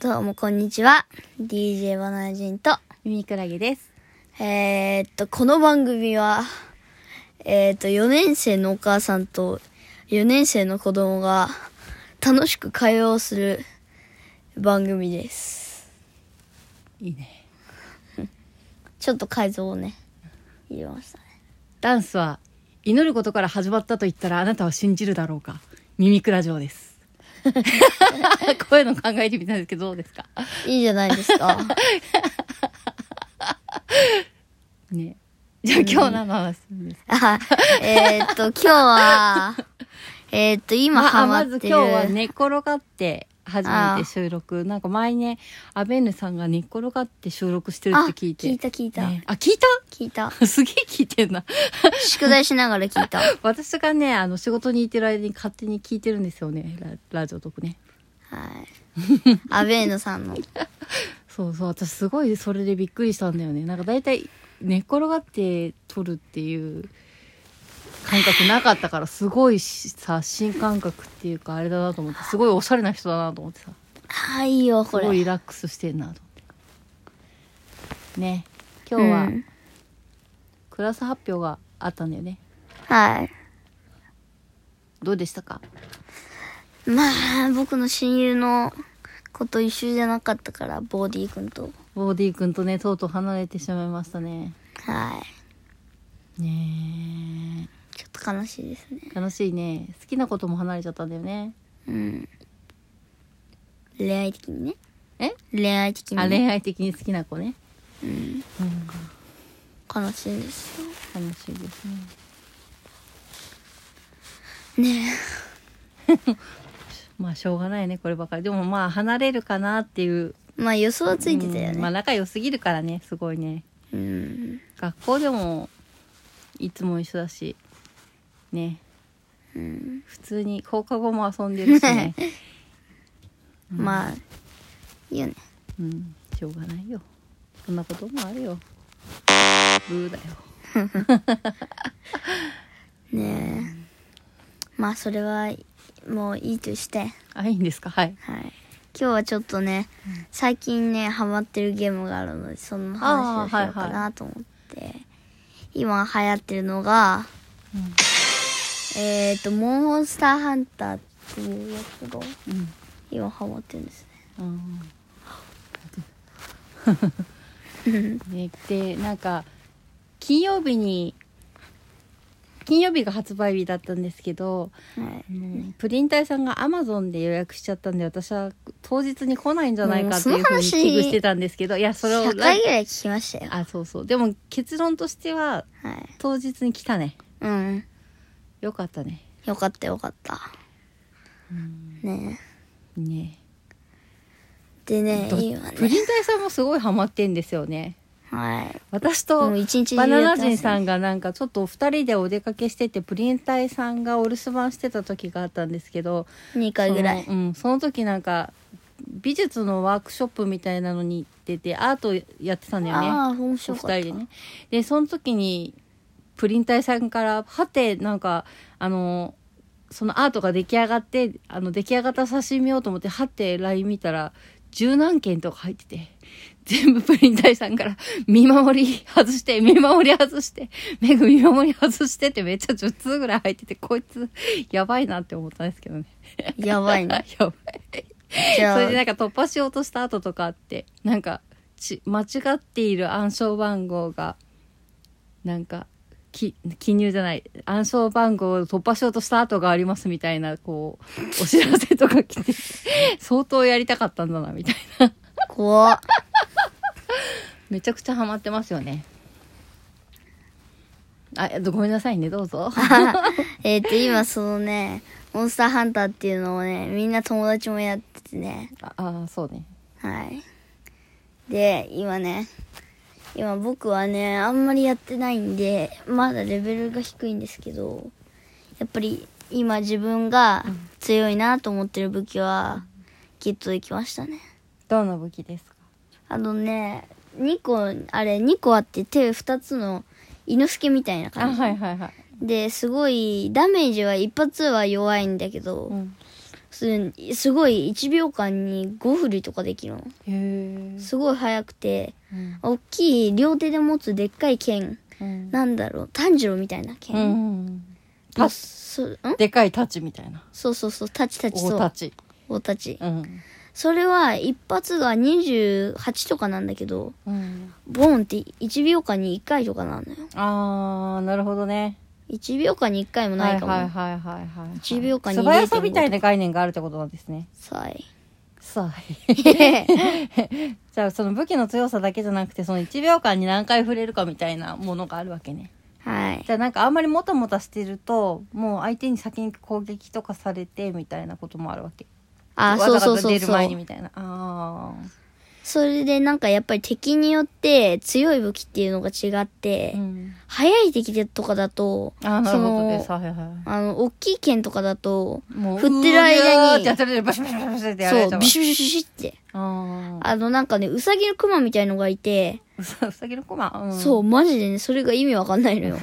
どうもこんにちは。DJ バナナ人と。耳クラゲです。えー、っと、この番組は、えー、っと、4年生のお母さんと4年生の子供が楽しく会話をする番組です。いいね。ちょっと改造をね、入れましたね。ダンスは祈ることから始まったと言ったらあなたは信じるだろうか。耳クラ嬢 です。こういうの考えてみたんですけどどうですかいいじゃないです か。ねじゃあ今日何の話するんですか、あえー、っと、今日は、えー、っと、今まハマあまっずて今る。日は寝転がって初めて収録。なんか前ね、アベンヌさんが寝っ転がって収録してるあ、って聞いて。聞いた聞いた。ねあ、聞いた 聞いた。すげえ聞いてんな。宿題しながら聞い た。はい。私がね、あの、仕事に行ってる間に勝手に聞いてるんですよね。ララジオとかね。アベーヌさんの。そうそう、私すごいそれでびっくりしたんだよね。なんか大体、寝っ転がって撮るっていう感覚なかったから、すごいしさ、新感覚っていうか、あれだなと思って、すごいおしゃれな人だなと思ってさ、はいよ、すこごいれ。リラックスしてんなと思って。ね、今日はうんクラス発表があったんだよね。はい。どうでしたかまあ、僕の親友の子と一緒じゃなかったから、ボーディー君と。ボーディー君とね、とうとう離れてしまいましたね。はい。ねちょっと悲しいですね。え。楽しいね。好きなことも離れちゃったんだよね。うん。恋愛的にね。え恋愛的に、あ、ね。恋愛的に好きな子ね。うん。うん悲しいですよ。楽しいですねね まあしょうがないねこればかりでもまあ離れるかなっていうえ。まあ予想はついてたようんまあね。仲良すぎるからねすごいねうん。学校でもいつも一緒だしねうん。普通に放課後も遊んでるし ね、まあ、いいよね。うん、しょうがないよそんなこともあるよブーだよねえ。まあそれは、もういいとして。あいいんですかはいはい。今日はちょっとね、最近ね、ハマってるゲームがあるので、その話をしようかなと思って。今流行ってるのが、えっ、ー、と、モンスターハンターっていうやつがうん今ハマってるんですうんね。ね、 でなんか金曜日に金曜日が発売日だったんですけどはい。プリン体さんがアマゾンで予約しちゃったんで私は当日に来ないんじゃないかっていうもうふそうのに話危惧してたんですけどいやそれ100を回ぐらい聞きましたよ。あそうそうでも結論としてははい。当日に来たねうん。よかったねよかったよかった。ねねえでね、ど今プね。リン体さんもすごいハマってんですよねはい。私もとう一日中バナやナって人ますさね。んがなんかちょっとお二人でお出かけしててプリン体さんがお留守番してた時があったんですけど2回ぐらいそ。のうん、その時なんか美術のワークショップみたいなのに行っててアートやってたんだよねああ、面お白二かった。人でねでその時にプリン体さんからはてなんかあのそのアートが出来上がってあの出来上がった写真見ようと思ってはて LINE 見たら十何件とか入ってて全部プリン体さんから見守り外して見守り外して目が見守り外してってめっちゃ10通ぐらい入っててこいつやばいなって思ったんですけどねやばいね。やばいじゃあ それでなんか突破しようとした後とかあってなんかち間違っている暗証番号がなんかき記入じゃない暗証番号を突破しようとした後がありますみたいなこ うお知らせとか来て相当やりたかったんだなみたいな怖っめちゃくちゃハマってますよねあえっとごめんなさいねどう ぞ えっと、今そのね、モンスターハンターっていうのをね、みんな友達もやっててね。ああそうねはい。で、今ね、今僕はね、あんまりやってないんで、まだレベルが低いんですけど、やっぱり今自分が強いなと思ってる武器は、ゲットできましたね。どんな武器ですかあのね、2個、あれ、2個あって手2つの、猪之助みたいなあ感じ。はいはいはい、で、すごい、ダメージは一発は弱いんだけど、うん、それすごい1秒間に5振りとかできるのへえすごい速くてうん大きい両手で持つでっかい剣うんなんだろう炭治郎みたいなう剣、んまあタチそんでかいタチみたいなそうそうそうタチタチそ大うタチ大太刀うんそれは一発が28とかなんだけどうんボーンって1秒間に1回とかなのよあーなるほどね1秒間に1回もはないいかも、はいはいはいはい1秒間に素早さみたいな概念があるってことなんですねさいさあ じゃあその武器の強さだけじゃなくてその1秒間に何回触れるかみたいなものがあるわけねはいじゃあなんかあんまりもたもたしてるともう相手に先に攻撃とかされてみたいなこともあるわけあわそうざそわうざそう出るそ前にうみたいなあそれでなんかやっぱり敵によって強い武器っていうのが違って、あ、うん、速い敵とかだとあーなるほどですそのはいはいはあの大きい剣とかだといもう振ってる間にうーってやったらバシバシバシバシってやられちそゃううビシュビシュビシュってあああのなんかねウサギのクマみたいのがいて、うさうさぎのコマ、うん、そう、マジでね、それが意味わかんないの よ。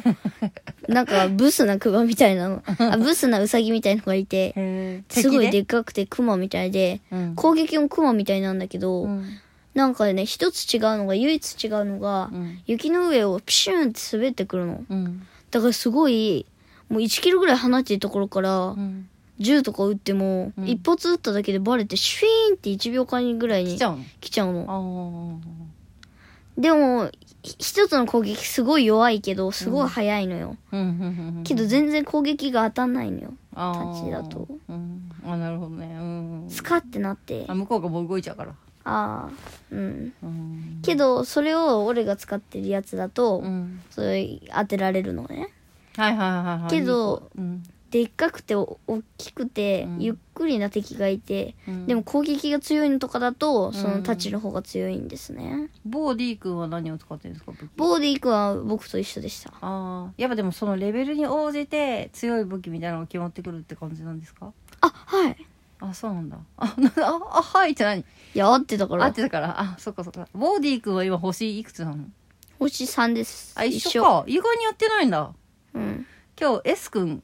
なんか、ブスなクマみたいなの。 あ、ブスなウサギみたいのがいて、へーすごい敵でっかくてクマみたいで、うん攻撃もクマみたいなんだけど、うんなんかね、一つ違うのが、唯一違うのが、うん雪の上をピシューンって滑ってくるの。うんだからすごい、もう1キロぐらい離れてるところからう、ん銃とか撃っても、うん一発撃っただけでバレて、シュイーンって1秒間ぐらい来にちゃうの来ちゃうの。あでも、ひ一つの攻撃すごい弱いけど、すごい速いのよ。あうんうんうんうんけど全然攻撃が当たんないのよあー立ちだとうんあなるほどねうんスカってなってあ向こうがもう動いちゃうからああうんうんけどそれを俺が使ってるやつだと、うんそれ当てられるのねはいはいはいはいけどうんでっかくてお大きくて、うんゆっくりな敵がいて、うんでも攻撃が強いのとかだとそうのん太刀の方が強いんですね、ボーディー君は何を使ってるんですか武器ボーディー君は僕と一緒でしたああやっぱでもそのレベルに応じて強い武器みたいなのが決まってくるって感じなんですかあはいあそうなんだ あなああはいって何いや合ってたか合っらてたからあそっかそっかボーディー君は今星いくつなの星3ですあ一緒か意外にやってないんだうん今日 S 君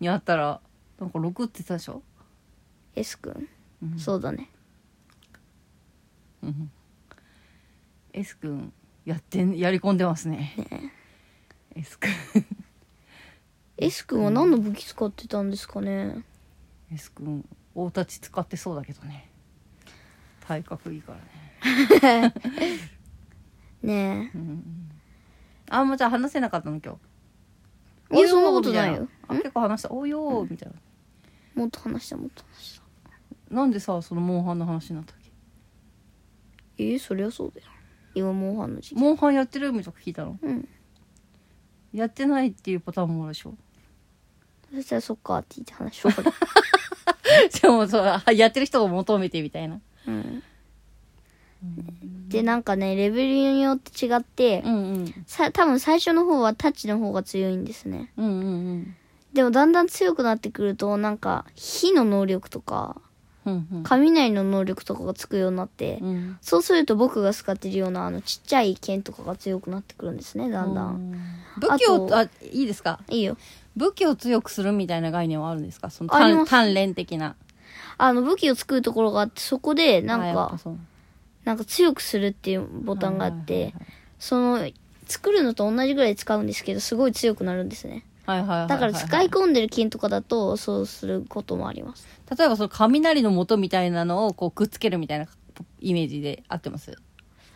に会ったらなんか6って言ってたでしょ、 S 君うんそうだねうん、S 君やってんやり込んでますね S 君 S 君は何の武器使ってたんですか ね S 君大太刀使ってそうだけどね体格いいからね、ねえうんうん、あんまじゃあ話せなかったの今日いやそんなことないおーみよたあ結構話した「おーよー」みたいな、もっと話したもっと話したなんでさそのモンハンの話になったっけえー、そりゃそうだよ今モンハンの時期モンハンやってるみたいな聞いたのうんやってないっていうパターンもある でしょそしたらそっかって言って話しようかなじゃあもうそうあやってる人を求めてみたいなうんでなんかねレベルによって違って、うんうんさ多分最初の方はタッチの方が強いんですねうんうんうんでもだんだん強くなってくるとなんか火の能力とかうんうん雷の能力とかがつくようになって、うんそうすると僕が使ってるようなあのちっちゃい剣とかが強くなってくるんですねだんだん、武器をああいいですかいいよ武器を強くするみたいな概念はあるんですかそのあり鍛ます鍛錬的なあの武器を作るところがあってそこでなあんやっかぱそうなんか強くするっていうボタンがあっはいはいて、その、作るのと同じぐらい使うんですけど、すごい強くなるんですね。はいはいはいはいはいだから使い込んでる金とかだと、そうすることもあります。例えばその雷の元みたいなのをこうくっつけるみたいなイメージで合ってます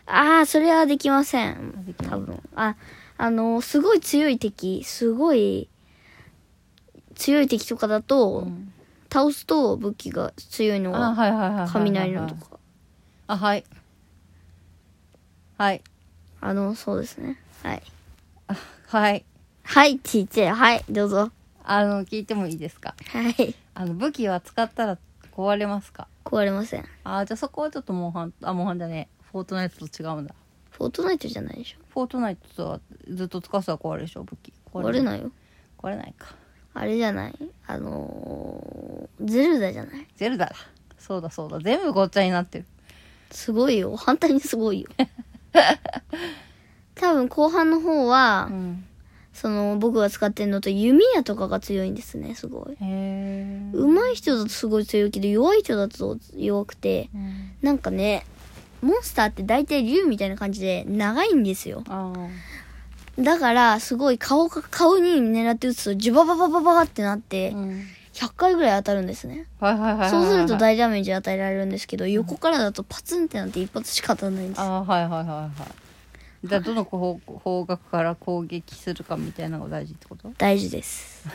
ああ、それはできませんでき。ない多分。あ、あの、すごい強い敵、すごい、強い敵とかだと、ん倒すと武器が強いのあが、はいはいはいはいはい雷のとか。あはいはいあの、そうですね。はい。はいはいって言って、はい、どうぞ。あの聞いてもいいですかはい。あの武器は使ったら壊れますか壊れません。あじゃあそこはちょっとモンハンあモンハンだねフォートナイトと違うんだフォートナイトじゃないでしょ。フォートナイトとはずっと使うとは壊れるでしょ武器壊れいないよ。壊れないかあれじゃないあのー、ゼルダじゃないゼルダだそうだそうだ全部ごっちゃになってるすごいよ。 反対にすごいよ。多分後半の方はう、んその僕が使ってるのと弓矢とかが強いんですねすごいへえ上手い人だとすごい強いけど弱い人だと弱くてうんなんかねモンスターって大体竜みたいな感じで長いんですよああだからすごい顔か顔に狙って撃つとジュババババババってなってうん100回ぐらい当たるんですねはいはいはいはいはいそうすると大ダメージ与えられるんですけど横からだとパツンってなって一発しか当たらないんですああはいはいはいはいじゃあどの方方角から攻撃するかみたいなのが大事ってこと大事です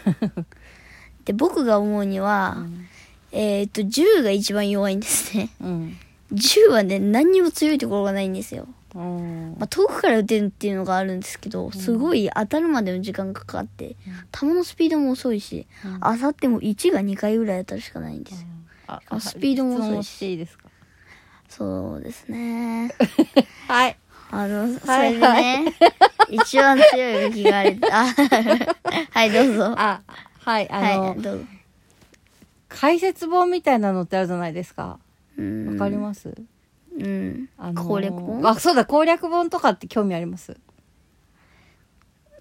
で僕が思うには、うんえーっと銃が一番弱いんですねうん銃はね何にも強いところがないんですよ、うんまあ、遠くから撃てるっていうのがあるんですけどすごい当たるまでの時間がかかって弾のスピードも遅いしうん当たっても1が2回ぐらい当たるしかないんですよああスピードも遅いし質問していいですか そうですねはいあのそはれいでね一番強い武器があるあ はいどうぞあはいあの、はいどうぞ解説本みたいなのってあるじゃないですかうんわかります、うんあのー攻略本あそうだ攻略本とかって興味あります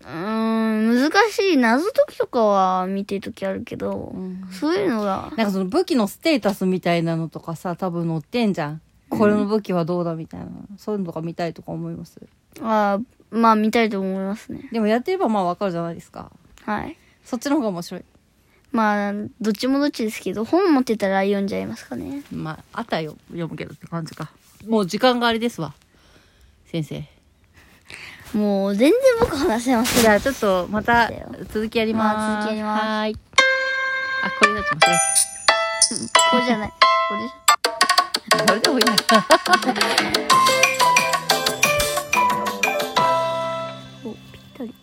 うーん、難しい。謎解きとかは見てるときあるけど、うんそういうのが、なんかその武器のステータスみたいなのとかさ多分載ってんじゃんこれの武器はどうだみたいな、そういうのとか見たいとか思いますあーまあ見たいと思いますね。でもやってればまあわかるじゃないですかはい。そっちの方が面白いまあ、どっちもどっちですけど、本持ってたら読んじゃいますかね。まああったよ読むけどって感じかもう時間があれですわ先生もう、全然僕話せません。じゃあちょっとまた続きやります、まあ続きやりますはーいあこれだと間違えこうじゃない。こうでしょ。たこれでもいいなお、ぴったり。